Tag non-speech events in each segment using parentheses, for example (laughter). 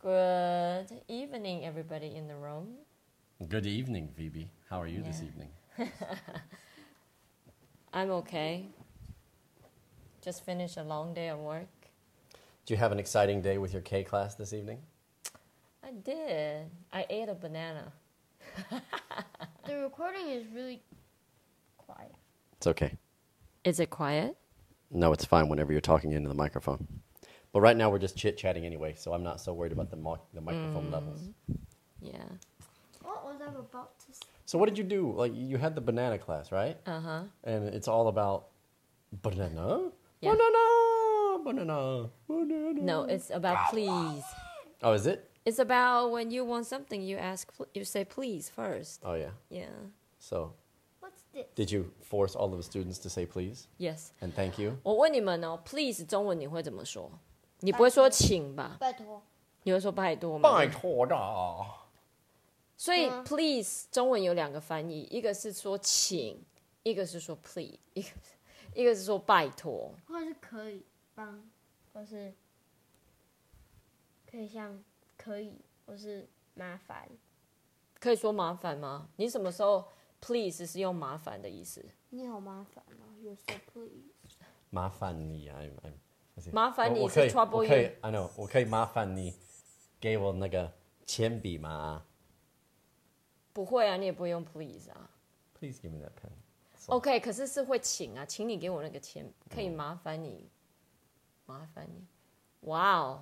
Good evening, everybody in the room. Good evening, Phoebe. How are you this Yeah. evening? I'm okay. Just finished a long day of work. Do you have an exciting day with your K class this evening? I did. I ate a banana. The recording is really quiet. It's okay. Is it quiet? No, it's fine whenever you're talking into the microphone. But right now we're just chit chatting anyway, so I'm not so worried about the, mo- the microphone Mm. levels. Yeah. What was I about to say? So, what did you do? Like, you had the banana class, right? Uh huh. And it's all about banana? Yeah. Banana! Banana! Banana! No, it's about please. Oh, is it? It's about when you want something, you ask, pl- you say please first. Oh, yeah. Yeah. So, What's this? did you force all of the students to say please Yes. and thank you? 我问你们哦，please 中文你会怎么说？你不会说请吧？拜托。你会说拜托吗？拜托的。所以嗯 please 中文有两个翻译，一个是说请，一个是说 please，一个一个是说拜托。可以说麻烦吗？你什么时候 please 是用麻烦的意思？你好麻烦哦，You're so please. 麻烦你，I'm I'm 不是。麻烦你我我是可以 trouble 我可以 you Oh, ，I know，我可以麻烦你给我那个铅笔吗不会啊，你也不会用 please 啊。 ？Please give me that pen。 OK，可是是会请啊，请你给我那个钱，可以麻烦嗯你，麻烦你。Wow,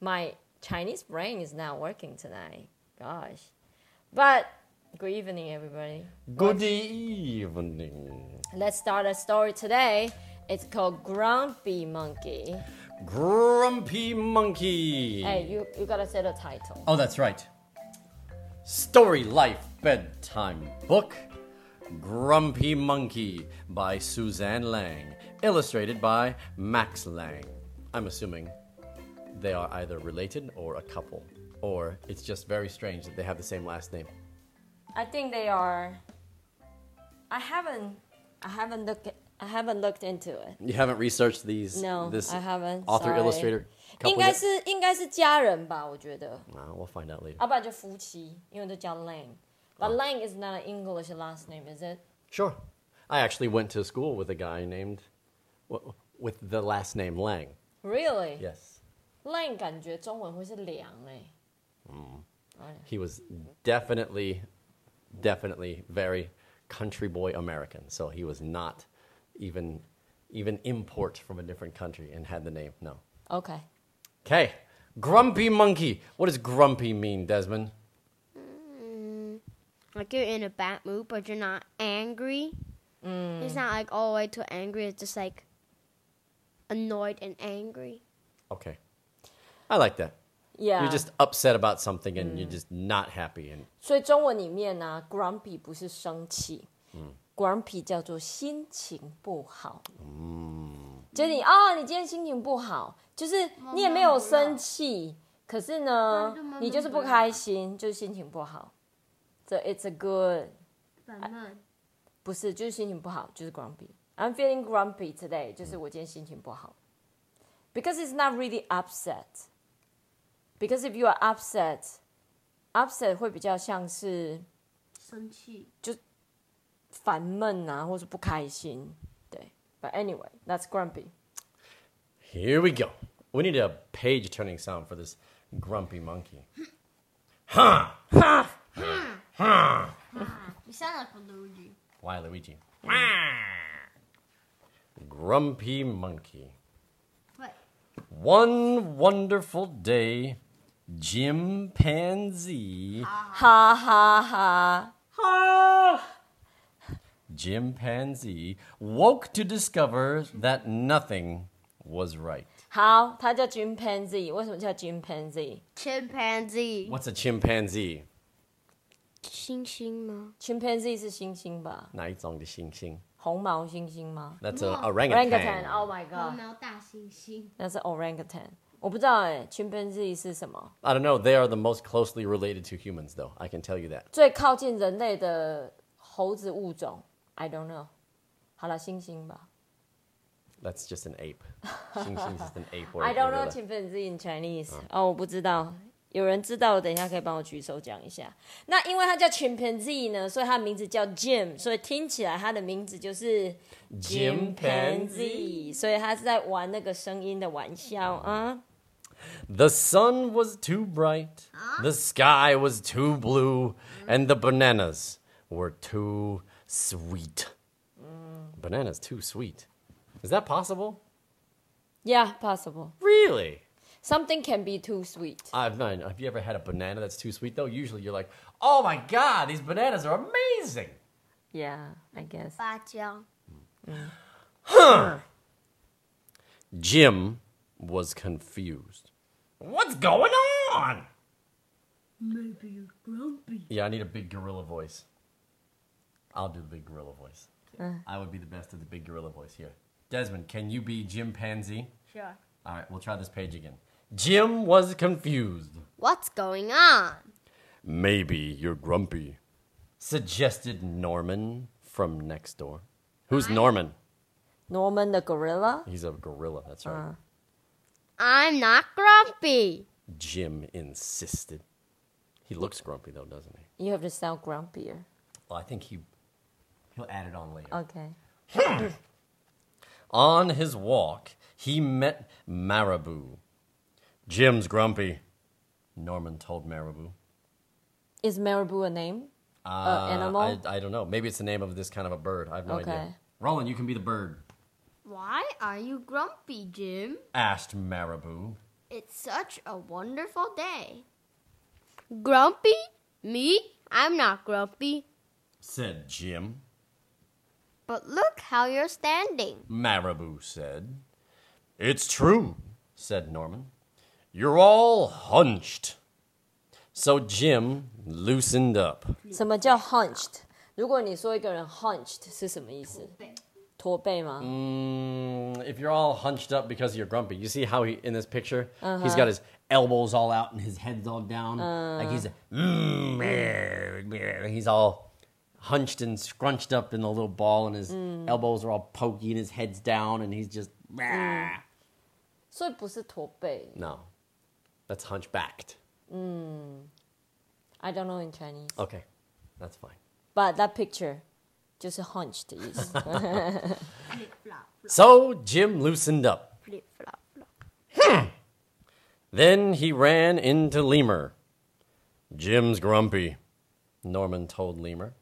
my Chinese brain is not working tonight. Gosh, but good evening, everybody. Good evening, Let's start a story today. It's called Grumpy Monkey. grumpy monkey. Hey, you you gotta say the title. Oh, that's right. Story Life Bedtime Book Grumpy Monkey by Suzanne Lang, illustrated by Max Lang. I'm assuming they are either related or a couple, or it's just very strange that they have the same last name. I think they are. I haven't I haven't looked I haven't looked into it. You haven't researched these? No, this I haven't. Author Sorry. illustrator 应 couple. 该 yet? 是应该是家人吧，我觉得。 Nah, we'll find out later. 要不然就夫妻，因为都叫 Lang。But Lang is not an English last name, is it? Sure. I actually went to school with a guy named, w- with the last name Lang. Really? Yes. Lang 感觉中文会是梁哎、Mm. He was definitely, definitely very country boy American. So he was not even even import from a different country and had the name. No. OK， Okay. Grumpy monkey. What does grumpy mean, Desmond? Like you're in a bad mood, but you're not angry. It's not like all the way to angry. It's just like annoyed and angry. Okay. I like that. yeah，Mm. You're just upset about something and you're just not happy and 所以中文里面呢、g r u m p y 不是生气，g r u m p y 叫做心情不好。就是你哦，你今天心情不好，就是你也没有生气，可是呢那就慢，慢你就是不开心，就是心情不好。So it's a good 不是，就是心情不好，就是 grumpy。I'm feeling grumpy today，就是我今天心情不好。Because it's not really upset. Because if you are upset, upset 会比较像是烦闷啊，或是不开心。对，But anyway, that's grumpy. Here we go. We need a page turning sound for this grumpy monkey. Huh. You sound like a Luigi. Why, Luigi? Grumpy monkey. What? One wonderful day, chimpanzee. Ah. Ha ha ha. Chimpanzee woke to discover that nothing was right. 好，它叫 chimpanzee，为什么叫 chimpanzee？chimpanzee Chimpanzee. What's a chimpanzee? 星星吗？是猩猩吧？那一种的猩猩。红毛猩猩吗 That's an ？Orangutan. orangutan. Oh my 嗯 god，那是 orangutan。我不知道哎、c h i m p a n z e e 是什么？ I don't know. They are the most closely related to humans, though. I can tell you that. 最靠近人类的猴子物种，I don't know。好了，猩猩吧。 That's (laughs) just an ape. 猩猩 is just an ape. Or I a don't know gorilla. chimpanzee in Chinese。哦，我不知道，有人知道的，等一下可以帮我举手讲一下。那因为它叫 chimpanzee 呢，所以它的名字叫 Jim，所以听起来它的名字就是所以它是在玩那个声音的玩笑啊。 The sun was too bright, the sky was too blue, Mm. and the bananas were too sweet. Mm. Bananas too sweet. Is that possible? Yeah, possible. Really? Something can be too sweet. I've not, have you ever had a banana that's too sweet though? Usually you're like, oh my god, these bananas are amazing. Yeah, I guess. 芭蕉。 Jim was confused. What's going on? Maybe you're grumpy. Yeah, I need a big gorilla voice. I'll do the big gorilla voice. I would be the best at the big gorilla voice here. Desmond, can you be chimpanzee? Sure. All right, we'll try this page again. Jim was confused. What's going on? Maybe you're grumpy, suggested Norman from next door. Who's Norman? Norman the gorilla. He's a gorilla, that's right. I'm not grumpy. Jim insisted. He looks grumpy though, doesn't he? You have to sound grumpier. Well, I think he he'll add it on later. Okay. On his walk, he met Marabou. Jim's grumpy, Norman told Marabou. Is marabou a name? Uh, animal? I, I don't know. Maybe it's the name of this kind of a bird. I have no idea. Okay. Roland, you can be the bird. Why are you grumpy, Jim? Asked Marabou. It's such a wonderful day. Grumpy? Me? I'm not grumpy. Said Jim. But look how you're standing. Marabou said. It's true, said Norman. You're all hunched. So Jim loosened up. 什么叫 hunched？如果你说一个人 hunched 是什么意思？驼背吗？ Mm, if you're all hunched up because you're grumpy, you see how he in this picture he's got his elbows all out and his head's all down, like he's a, "Mm, meow, meow." he's all hunched and scrunched up in a little ball, and his elbows are all pokey and his head's down, and he's just "Meow." 所以不是驼背。 no, that's hunchbacked. I don't know in Chinese, Okay, that's fine. but that picture 就是 hunched 的意思。 Flip flop, So Jim loosened up. Hmm. flip flop, flop. Then he ran into Lemur. Jim's grumpy, Norman told Lemur.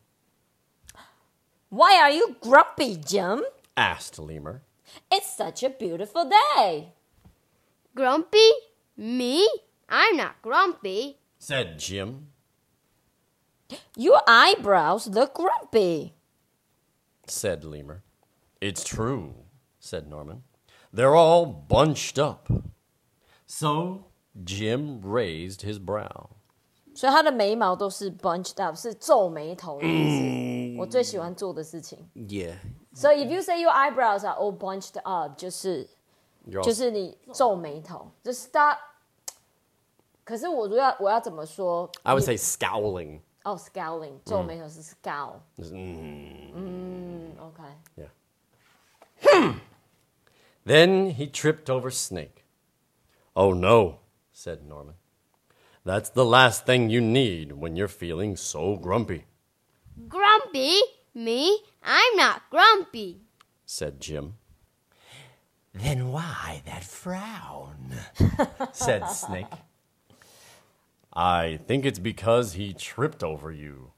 (laughs) Why are you grumpy, Jim? Asked Lemur. It's such a beautiful day. Grumpy? Me? I'm not grumpy. Said Jim. Your eyebrows look grumpy. Said Lemur. It's true, said Norman. They're all bunched up. So Jim raised his brow. 所以他的眉毛都是 bunched up，是皱眉头的意思。我最喜欢做的事情。 Yeah. So if you say your eyebrows are all bunched up，就是 You're all, 就是你皱眉头，就 stop。可是我如果要我要怎么说？ I would say scowling. 哦、s c o w l i n g 皱眉头是 scowl。 Just, "Mm." 嗯，OK。 Yeah. Hmm. then he tripped over Snake. Oh no, said Norman. That's the last thing you need when you're feeling so grumpy, Grumpy? Me? I'm not grumpy. said Jim. Then why that frown? (laughs) said Snake. I think it's because he tripped over you,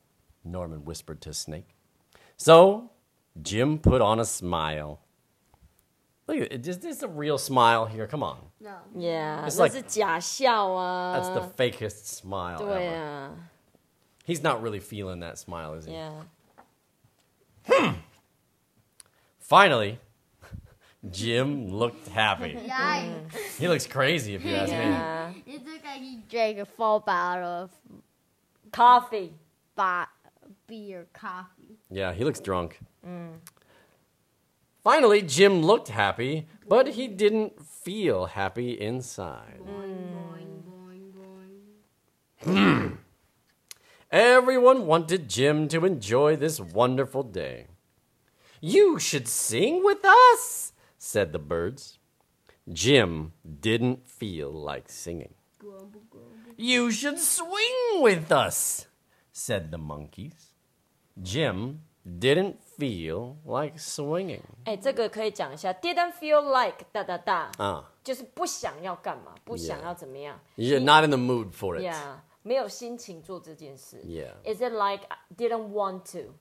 Norman whispered to Snake. So Jim put on a smile. Look at it. Is this a real smile here? Come on. No. Yeah， It's 那 like- 是假笑 That's 啊。 the fakest smile. 对 Ever. 啊 He's not really feeling that smile, is he? ，Yeah。 Finally, (laughs) Jim (laughs) looked happy. Yikes. He looks crazy if you ask me. Yeah. It looked like he drank a full bottle of Coffee. bo- beer coffee. Yeah, he looks drunk. Finally, Jim looked happy, but he didn't feel happy inside. Boing, boing, boing. Hmm. Everyone wanted Jim to enjoy this wonderful day. You should sing with us, said the birds. Jim didn't feel like singing. grumble, grumble. You should swing with us, said the monkeys. Jim didn't feel like swinging. 哎，这个可以讲一下，didn't feel like 哒哒哒， Ah, 就是不想要干嘛，不想 Yeah 要怎么样 you're not in the mood for it. ，yeah，没有心情做这件事 Yeah ，is it like I didn't want to?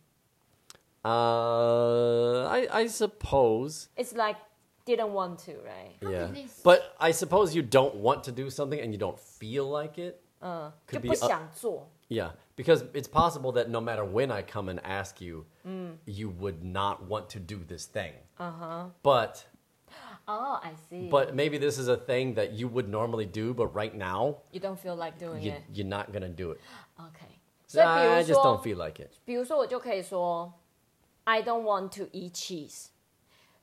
Uh, I, I suppose. It's like didn't want to, right? Yeah. can they s- But I suppose you don't want to do something and you don't feel like it. 嗯， Could 就 be 不想做。 Yeah, because it's possible that no matter when I come and ask you, Mm. you would not want to do this thing. Uh Uh-huh. huh. But Oh, I see. but maybe this is a thing that you would normally do, but right now you don't feel like doing you, it. you're not gonna do it. Okay. 所 So 以比 I 如 just 说 don't，feel like it. 比如说我就可以说，I don't want to eat cheese。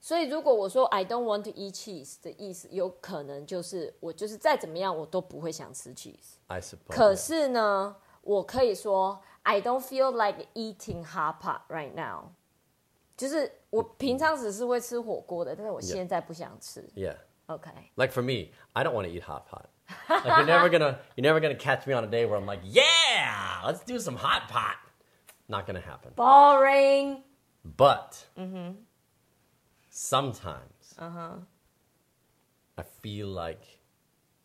所以如果我说 I don't want to eat cheese 的意思，有可能就是我就是再怎么样我都不会想吃 cheese。 I suppose. 可是呢，我可以说 I don't feel like eating hot pot right now。就是我平常只是会吃火锅的，但是我现在不想吃。 Yeah. OK， Like for me, I don't want to eat hot pot. Like you're never gonna you're never gonna catch me on a day where I'm like, yeah, let's do some hot pot. Not gonna happen. boring。 But Mm-hmm. sometimes Uh-huh. I feel like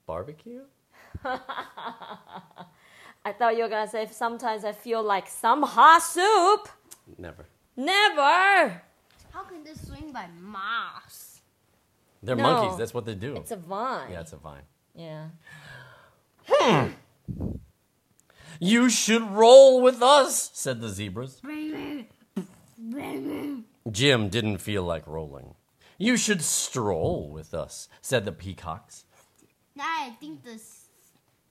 barbecue. I thought you were gonna say sometimes I feel like some hot soup. Never. Never. How can this swing by moss? They're No. monkeys. That's what they do. It's a vine. yeah, it's a vine. Yeah. You should roll with us, said the zebras. Jim didn't feel like rolling. You should stroll with us, said the peacocks. Nah, I think this.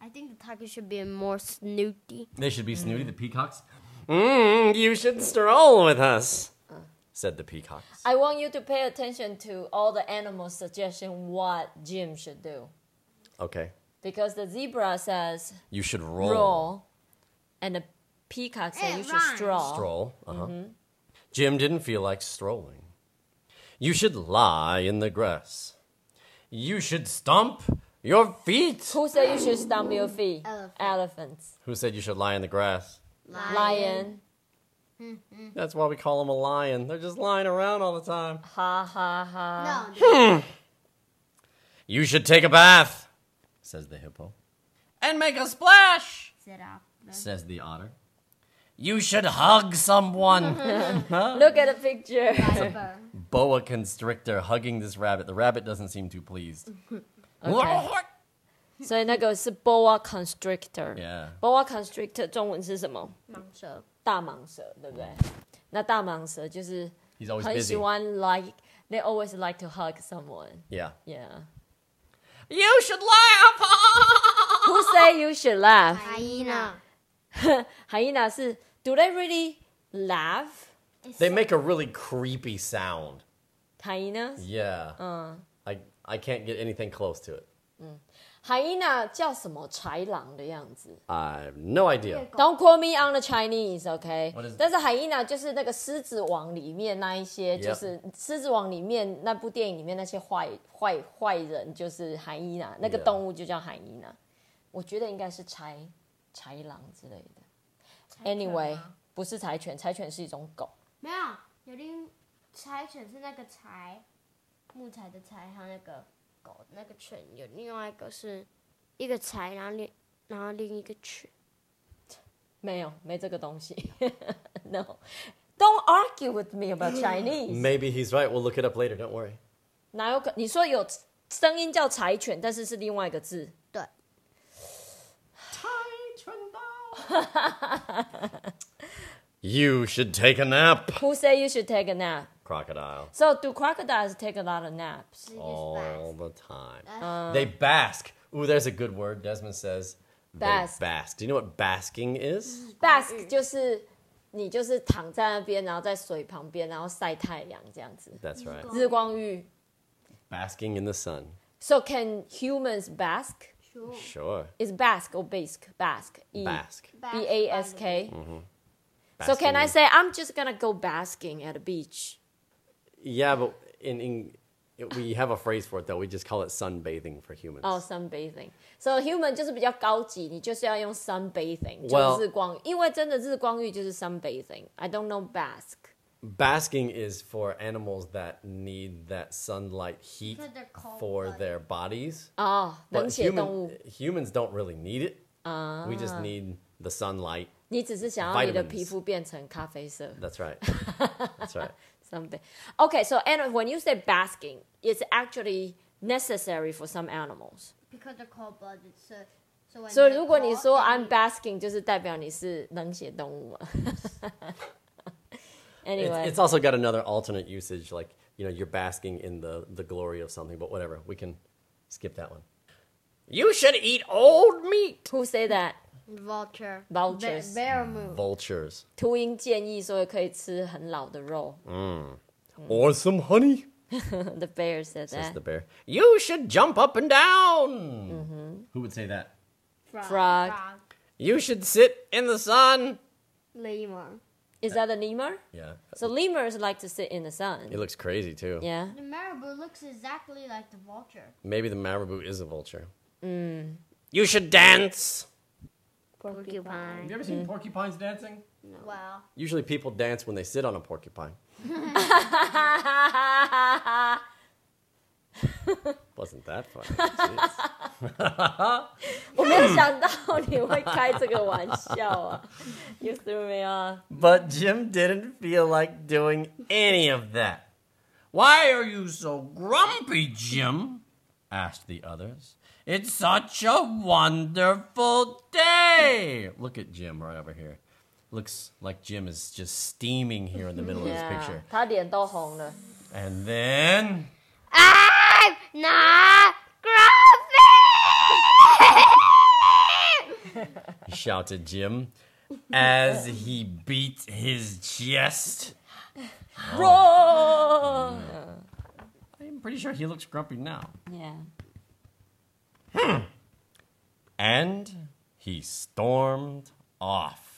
I think the tiger should be more snooty. They should be snooty, the peacocks. Mm, you should stroll with us, said the peacocks. I want you to pay attention to all the animal suggestion what Jim should do. Okay. Because the zebra says You should roll. roll, and the peacock says It you should rhymes. stroll. Stroll. Uh-huh. Jim didn't feel like strolling. You should lie in the grass. You should stomp your feet. Who said you should stomp your feet? Elephant. Elephants. Who said you should lie in the grass? Lion. That's why we call them a lion. They're just lying around all the time. Ha ha ha. No, You should take a bath, says the hippo. And make a splash, sit up. says the otter. You should hug someone. Look at the picture. Boa constrictor hugging this rabbit. The rabbit doesn't seem too pleased. 所以那个是 boa constrictor。 Yeah. Boa constrictor 中文是什么？蟒蛇。大蟒蛇，对不对？那大蟒蛇就是 He's always 很 busy. 喜欢 like they always like to hug someone. Yeah. Yeah. You should laugh. Who say you should laugh? Hyena. (laughs) 海伊娜是 Do they really laugh? They make a really creepy sound. 海伊娜， Yeah. I I can't get anything close to it. 海伊娜叫什么豺狼的样子 I have no idea. ？Don't call me on the Chinese, OK？ What is- 但是海伊娜就是那个《狮子王》里面那一些， Yep 就是《狮子王》里面那部电影里面那些坏坏坏人，就是海伊娜，那个 Yeah 动物就叫海伊娜。我觉得应该是豺豺狼之类的。Anyway，不是柴犬，柴犬是一种狗。没有，有另柴犬是那个柴，木材的柴，还有那个狗那个犬。有另外一个是一个财，然后另然后另一个犬。没有，没这个东西。no, don't argue with me about Chinese。 Maybe he's right. We'll look it up later. Don't worry. 哪有可？你说有声音叫柴犬，但是是另外一个字。对， (laughs) You should take a nap, Who say you should take a nap? crocodile. So do crocodiles take a lot of naps? All the time. Uh. they bask. Ooh, there's a good word. Desmond says they Bask. Mm, bask. Do you know what basking is? Bask 就是你就是躺在那边，然后在水旁边，然后晒太阳这样子， That's right. 日光浴。 Basking in the sun. So can humans bask? Sure. Is bask or bask? Bask. E Bask. B A S K. So Basking can I in- say I'm just gonna go basking at a beach? Yeah, but in, in It- we have a phrase for it though. We just call it sunbathing for humans. 哦、s u n b a t h i n g So human 就是比较高级，你就是要用 sunbathing， Well- 就是日光浴，因为真的日光浴就是 sunbathing。I don't know bask。 Basking is for animals that need that sunlight heat For their cold for blood. their bodies. 哦、冷 But 血 human- 动物， humans don't really need it. We just need the sunlight. 你只是想要你的 Vitamins 皮肤变成咖啡色。 That's right. That's right. Something. Okay, so and when you say basking, it's actually necessary for some animals. because they're cold blooded. So so when 所以 they're 如果你 cold, 说 they I'm need- basking，就是代表你是冷血动 (laughs) 物嘛。 It's, anyway, it's also got another alternate usage, like you know, you're basking in the the glory of something. But whatever, we can skip that one. You should eat old meat. who say that? Vulture. Vultures. bear move. Vultures 秃鹰建议说可以吃很老的肉。 or some honey. (laughs) The bear said Says that. the bear. You should jump up and down. Who would say that? Frog. Frog. You should sit in the sun. Lemur. Is that a lemur? Yeah. So lemurs like to sit in the It sun. looks crazy too. Yeah. (laughs) The marabou looks exactly like the vulture. Maybe the marabou is a vulture. Mm. You should dance. Porcupine. you ever seen porcupines dancing? Wow. Usually people dance when they sit on a (laughs) porcupine. Wasn't that funny? (laughs) Jeez. 我没有想到你会开这个玩笑 (laughs) 啊！You threw me off. but Jim didn't feel like doing any of that. Why are you so grumpy, Jim? asked the others. It's such a wonderful day. Look at Jim right over here. Looks like Jim is just steaming here in the middle of this (laughs) Yeah, picture. 他脸都红了。 And then I'm not grumpy. shouted Jim as he beat his chest. Oh. Roar! Mm. I'm pretty sure he looks grumpy now. Yeah. And he stormed off.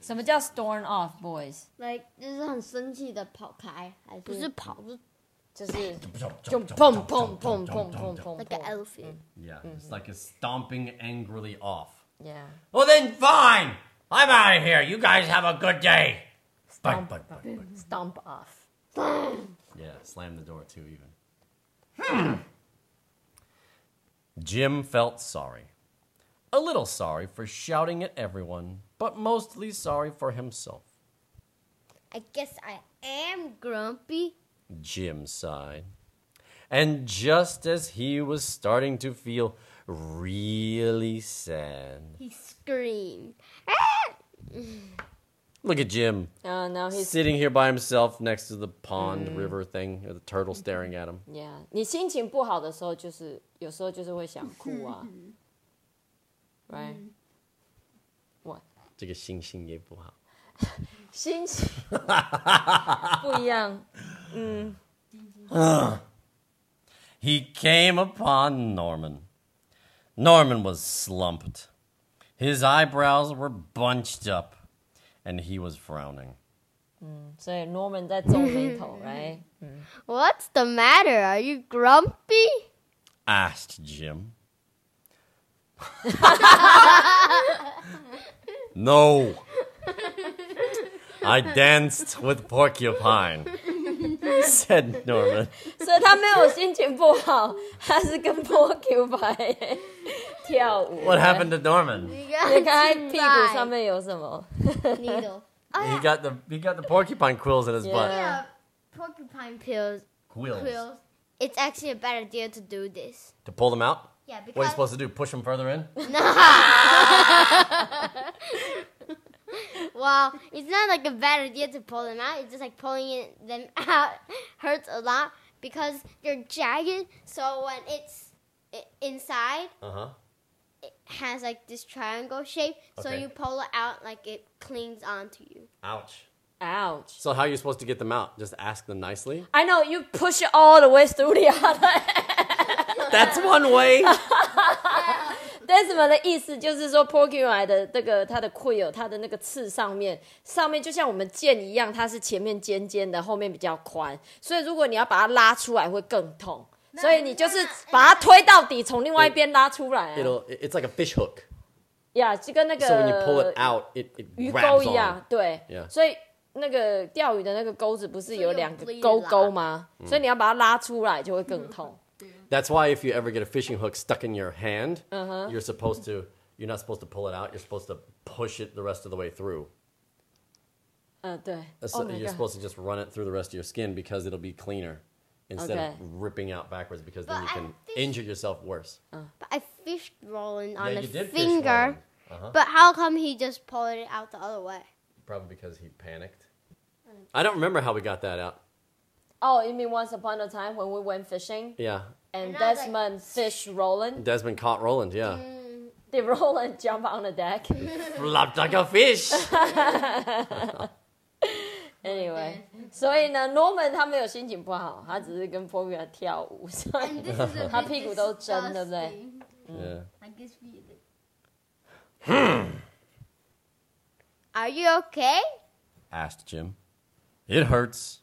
什么叫 storm off, boys？ Like 就是很生气的跑开，还是 (laughs) 不是跑，是就是就就砰砰砰砰砰砰 like an 砰。 elephant. Yeah, it's like a stomping angrily off. Yeah. Well, then, fine. I'm out of here. You guys have a good day. But, Stomp. but, but, but. Stomp (laughs) off. Yeah, slam the door too, even. Hmm. Jim felt sorry. A little sorry for shouting at everyone, but mostly sorry for himself. I guess I am grumpy. Jim sighed. And just as he was starting to feel really sad, He screamed. look at Jim Uh, now he's sitting here by himself next to the pond river thing, or the turtle staring at him. yeah. 你心情不好的时候，就是有时候就是会想哭 (laughs) 啊。Right? What? 这个星星也不好。心 (laughs) 情不一样。 He came upon Norman. Norman was slumped. His eyebrows were bunched up, and he was frowning. 所以 Norman 在皱眉头，Right? 哎 What's the matter? Are you (laughs) grumpy? asked Jim. no. I danced with Porcupine, said Norman. 所以他没有心情不好，他是跟 Porcupine 跳舞。 What happened to Norman? 你看他屁股上面有什么？ needle He got the he got the porcupine quills in his (laughs) butt. Yeah. porcupine Pills. Quills. quills. It's actually a bad idea to do this. To pull them out? Yeah, because What are (laughs) you supposed to do? Push them further in? Well, it's not like a bad idea to pull them out. It's just like pulling it, them (laughs) out hurts a lot because they're jagged. So when it's i inside, (laughs) Uh-huh. it has like this triangle shape. So Okay. you pull it out, like it clings onto you. Ouch. Ouch! So how are you supposed to get them out? Just ask them nicely? I know you push it all the way through the other. (laughs) That's one way. Desmond 的意思就是说，porcupine 的这个它的喙有它的那个刺上面，上面就像我们剑一样，它是前面尖尖的，后面比较宽，所以如果你要把它拉出来会更痛，所以你就是把它推到底，从另外一边拉出来、啊。 It'll it- it's like a fish hook. 呀，就跟那个 So when you pull it out, it, 鱼 it 钩 grabs 一 on. 样，对 Yeah 所以那个钓鱼的那个钩子不是有两个所以有钩力啦钩吗？嗯所以你要把它拉出来就会更痛。 That's why if you ever get a fishing hook stuck in your hand, Uh-huh. you're supposed to you're not supposed to pull it out. You're supposed to push it the rest of the way through. 嗯，对。 Uh, So Oh my you're god！ supposed to just run it through the rest of your skin because it'll be cleaner instead Okay. of ripping out backwards because then But you I can fish- injure yourself worse. But I fished Roland on yeah, a you did fish finger. rolling. Uh-huh. But how come he just pulled it out the other way? Probably because he panicked. I don't remember how we got that out. Oh, you mean once upon a time when we went fishing Yeah. and And I was like- Desmond fish Roland? Desmond caught Roland, yeah. Did Roland (laughs) jump on the deck? Mm. Flopped like a fish. Anyway，所以呢，Norman 他没有心情不好，他只是跟 p o r c u i 跳舞，所以 And this is a 他 bit 屁股都蒸，对不对？ disgusting. (laughs) yeah. Like this feeling. Are you okay? asked Jim. It hurts,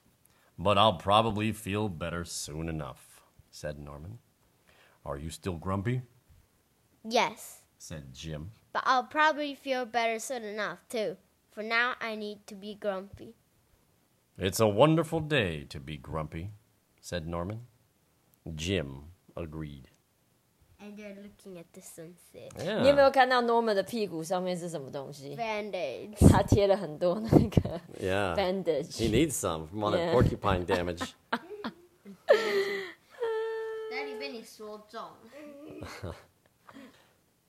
but I'll probably feel better soon enough, said Norman. Are you still grumpy? Yes. said Jim. But I'll probably feel better soon enough, too. For now, I need to be grumpy. It's a wonderful day to be grumpy, said Norman. Jim agreed. And you're looking at the sunset. 你有没 Yeah. 有看到 Norman 的屁股上面是什么东西？ Band-aids. 他贴了很多那个 Yeah. He bandage。 needs some from all that Yeah. porcupine (laughs) damage. 哪里被你说中了？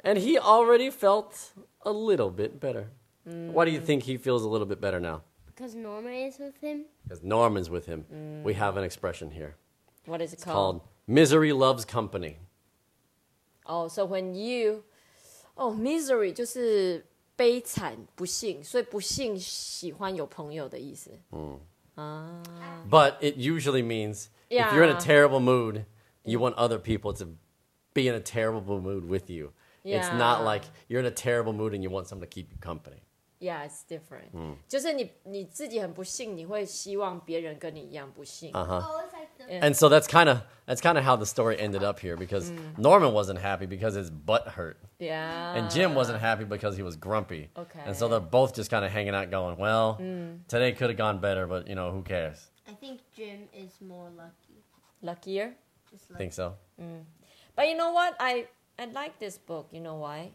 and he already felt a little bit better. Why do you think he feels a little bit better now? Because Norma is with him. Because Norman's with him. We have an expression here What is it called? called misery loves company. Oh, so when you, oh misery 就是悲惨、不幸，所以不幸喜欢有朋友的意思。 But it usually means if you're in Yeah. a terrible mood, you want other people to be in a terrible mood with you. It's not Yeah. like you're in a terrible mood and you want someone to keep you company. Yeah, it's different. 就是你你自己很不幸，你会希望别人跟你一样不幸。Uh-huh。哦，it's Oh, like the- And so that's kind of that's kind of how the story ended up here because Mm. Norman wasn't happy because his butt hurt Yeah. and Jim wasn't happy because he was grumpy. And so Uh. Okay. Mm. they're both just kind of hanging out going, well, today could have gone better, but you know, who cares? I think Jim is more lucky. luckier. Just I think like so. But you know what? I I like this book. You know why?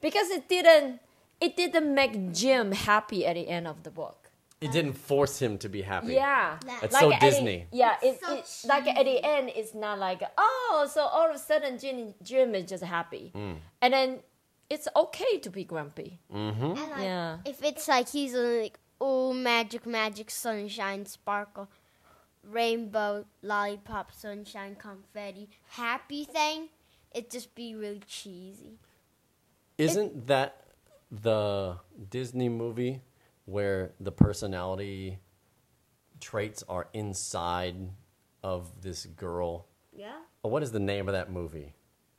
Because it didn't it didn't make Jim happy at the end of the book. It didn't force him to be happy. Yeah, It's so at the- Disney. yeah, it, It's so it, like at the end, it's not like oh, so all of a sudden Jim, Jim is just happy, Hmm. and then it's okay to be grumpy. I like Yeah, If it's like he's like, oh, magic, magic, sunshine, sparkle, rainbow, lollipop, sunshine, confetti, happy thing, it'd just be really cheesy. Isn't that the Disney movie where the personality traits are inside of this girl? yeah, Oh, What is the name of that movie?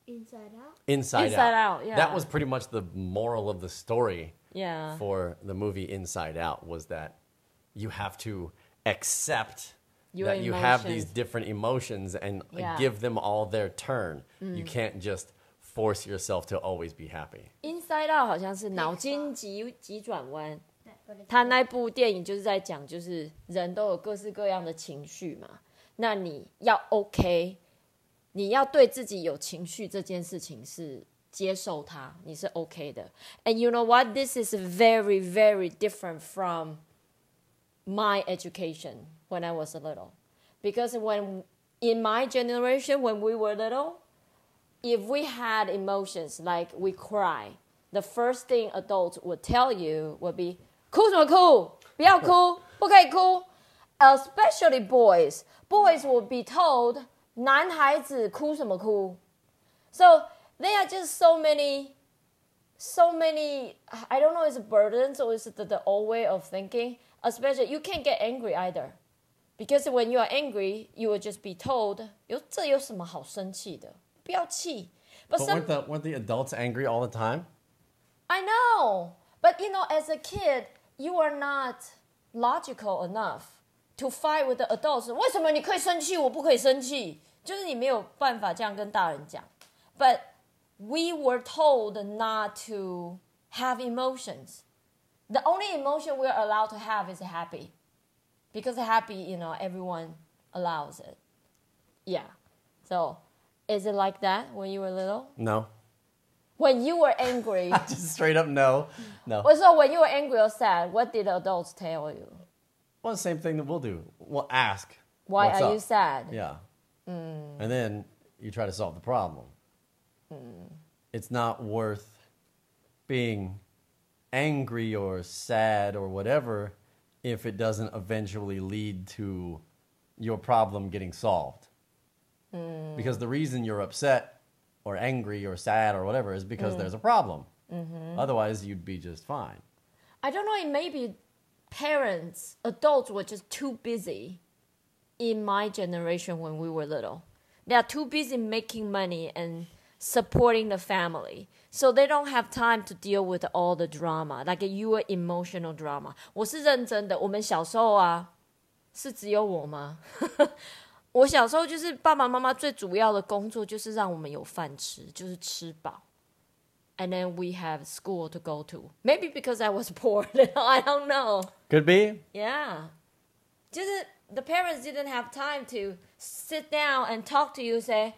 inside out. Inside, Inside Out, That yeah. was pretty much the moral of the story yeah, for the movie Inside Out was that you have to accept Your that you have emotions. these different emotions and Yeah. Mm. give them all their turn. You can't just force yourself to always be happy. Inside Out 好像是脑筋急急转弯， But it's 他那部电影就是在讲，就是人都有各式各样的情绪嘛，那你要 OK，你要对自己有情绪这件事情是接受它，你是 OK 的。And you know what? This is very, very different from my education when I was little. Because when in my generation, when we were little, if we had emotions like we cry, the first thing adults would tell you would be 哭什么哭，不要哭，不可以哭。Especially boys, boys will be told 男孩子哭什么哭。So there are just so many, so many. I don't know, it's burdens or is it the, the old way of thinking? Especially, you can't get angry either. Because when you are angry, you will just be told, 有这有什么好生气的？不要气。 But, But some, weren't the weren't the adults angry all the time? I know. But you know, as a kid, you are not logical enough to fight with the adults. 为什么你可以生气，我不可以生气？就是你没有办法这样跟大人讲。But we were told not to have emotions. The only emotion we are allowed to have is happy, because happy, you know, everyone allows it. Yeah. So, is it like that when you were little? No. (laughs) When you were angry. Just straight up no. No. Well, so when you were angry or sad, what did the adults tell you? Well, the same thing that we'll do. We'll ask. Why "What's are up?" you sad? Yeah. And then you try to solve the problem. It's not worth being angry or sad or whatever if it doesn't eventually lead to your problem getting solved. Because the reason you're upset or angry or sad or whatever is because there's a problem. Otherwise, you'd be just fine. I don't know. It maybe parents, adults were just too busy. In my generation, when we were little, they are too busy making money and supporting the family, so they don't have time to deal with all the drama, like your emotional drama. 我是认真的，我们小时候啊，是只有我吗？ (laughs) 我小时候就是爸爸妈妈最主要的工作就是让我们有饭吃，就是吃饱。and then we have school to go to. Maybe because I was (laughs) poor, I don't know. Could be. Yeah. Just uh, the parents didn't have time to sit down and talk to you say,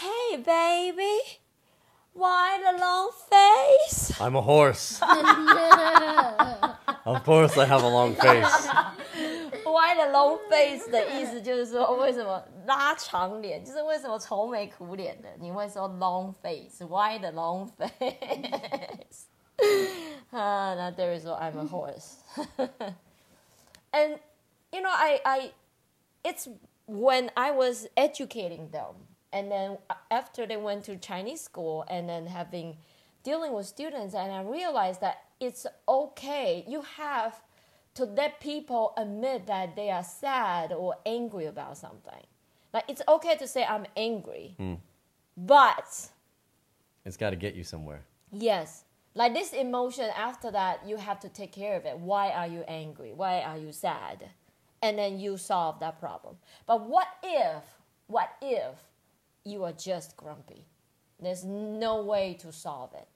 "Hey baby, why the long face?" I'm a horse. of course, I have a long face. Why the long face 的意思就是说，为什么拉长脸？就是为什么愁眉苦脸的？你会说 long face？Why the long face？啊，那 Derry 说 I'm a horse 。And you know, I, I, it's when I was educating them, and then after they went to Chinese school, and then having dealing with students, and I realized that it's okay. You have to let people admit that they are sad or angry about something. Like it's okay to say I'm angry, but It's got to get you somewhere. Yes. Like this emotion, after that, you have to take care of it. Why are you angry? Why are you sad? And then you solve that problem. But what if, what if you are just grumpy? There's no way to solve it.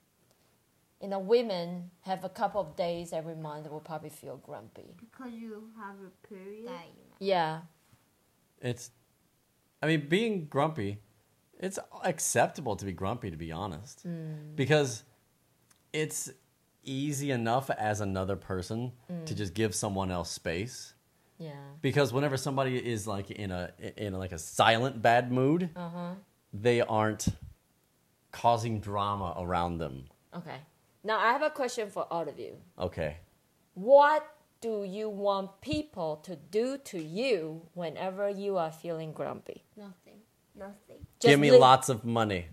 You know, women have a couple of days every month that will probably feel grumpy. Because you have a period. Yeah. It's, I mean, being grumpy, it's acceptable to be grumpy, to be honest, Mm. because it's easy enough as another person Mm. to just give someone else space. Yeah. Because whenever somebody is like in a in like a silent bad mood, Oh. Uh-huh. they aren't causing drama around them. Okay. Now I have a question for all of you. Okay, What do you want people to do to you whenever you are feeling grumpy? Nothing. Nothing. Just give me li- lots of money.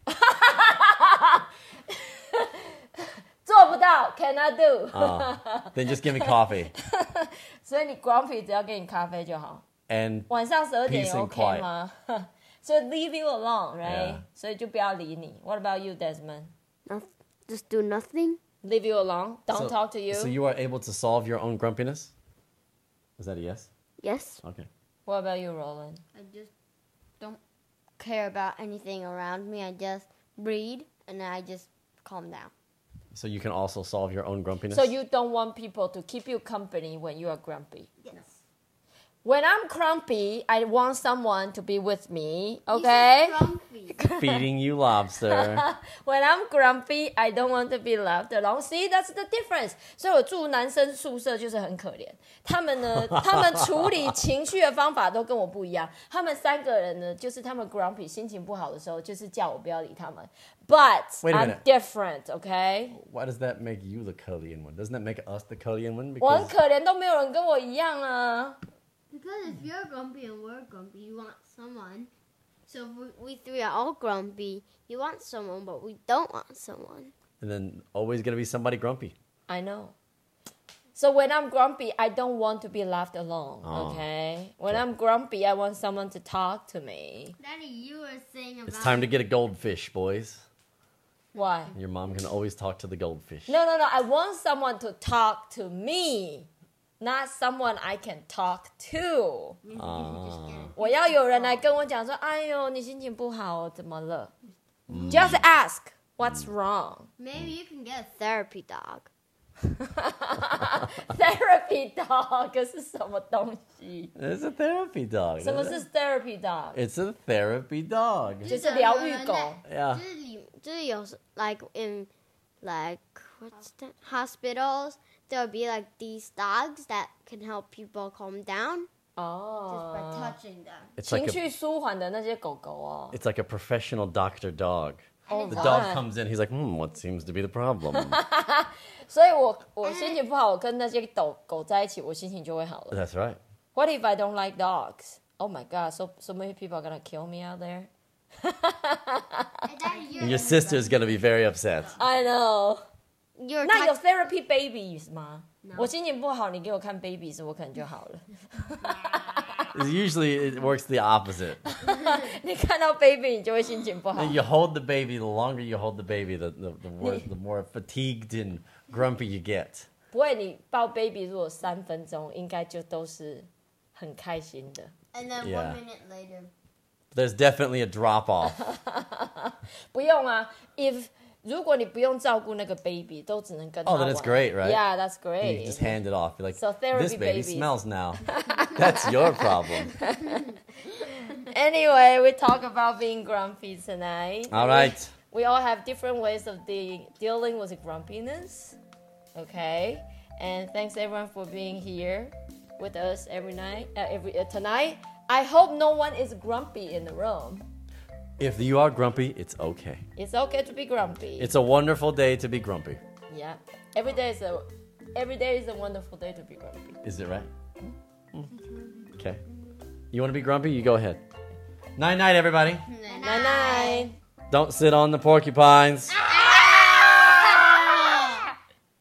做不到，cannot do、Ah. then just give me coffee (laughs) 所以你 grumpy 只要给你咖啡就好， and 晚上十二点也 Peace and OK 吗？ (laughs) 所以 leave you alone，right？、 Yeah. 所以就不要理你。What about you, Desmond? Noth- just do nothing. Leave you alone. Don't So- talk to you. So you are able to solve your own grumpiness? Is that a yes? Yes. Okay. What about you, Roland? I just Care about anything around me. I just read and I just calm down. So you can also solve your own grumpiness? So you (laughs) don't want people to keep you company when you are grumpy. yes. When I'm grumpy, I want someone to be with me. You Okay. said grumpy. feeding you lobster. (laughs) When I'm grumpy, I don't want to be left alone. See, that's the difference. 所以我住男生宿舍就是很可怜。他们 (laughs) 呢，他们处理情绪的方法都跟我不一样。他们三个人呢，就是他们 grumpy 心情不好的时候，就是叫我不要理他们。But Wait a I'm minute. different, okay? Why does that make you the Cullian one? Doesn't that make us the Cullian one? 我很 Because 可怜，都没有人跟我一样啊。 Because if you're grumpy and we're grumpy, you want someone. So if we, we three are all grumpy. You want someone, but we don't want someone. and then always gonna be somebody grumpy. I know. So when I'm grumpy, I don't want to be left alone, Oh. okay? When I'm grumpy, I want someone to talk to me. Daddy, you were saying about It's time to get a goldfish, boys. Why? Your mom can always talk to the goldfish. No, no, no. I want someone to talk to me, not someone I can talk to. 你你就是我要有人来跟我讲说，哎呦，你心情不好哦，怎么了？Just 嗯 ask what's wrong. (laughs) Maybe you can get a therapy dog. Therapy dog 是什么东西？ It's a therapy dog. 什么是 therapy dog？ It's a therapy dog. 就是疗愈狗。 Yeah. 就是里就是有时 like in like what's that hospitals there will be like these dogs that can help people calm down. just by 哦， touching them. It's 情 like a 绪舒缓的那些狗狗哦。 it's like a professional doctor dog. Oh, The wow. dog comes in. He's like, hmm, what seems to be (laughs) the problem? 所以我我心情不好，我跟那些狗狗在一起，我心情就会好了。 That's right. What if I don't like dogs? Oh my god, so so many people are gonna kill me out there. And then you're Your sister's gonna be very upset. I know. You're 那有 talking therapy babies 吗我心情不好，你给我看 babies，我可能就好了。 (laughs) Usually it works the opposite. 你看到 baby，你就会心情不好 And。you hold the baby, the longer you hold the baby, the, the, the, worse, the more fatigued and grumpy you get. 不会，你抱 baby 如果三分钟，应该就都是很开心的。 and then Yeah. one minute later. There's definitely a drop off. 不用啊，if 如果你不用照顾那个 baby，都只能跟他 Oh, 玩。 then it's great, right? Yeah, that's You just great. hand it off. You're like, So therapy this baby babies. (laughs) smells now. That's your problem. Anyway, we talk about being grumpy tonight. All right. we all have different ways of de- dealing with grumpiness. Okay, and thanks everyone for being here with us every night, uh, every uh, tonight. I hope no one is grumpy in the room. If you are grumpy, it's okay. It's okay to be grumpy. It's a wonderful day to be grumpy. yeah, every day is a every day is a wonderful day to be grumpy. Is it right? Okay. You want to be grumpy? You go ahead. Night night, everybody. Night night. Don't sit on the porcupines.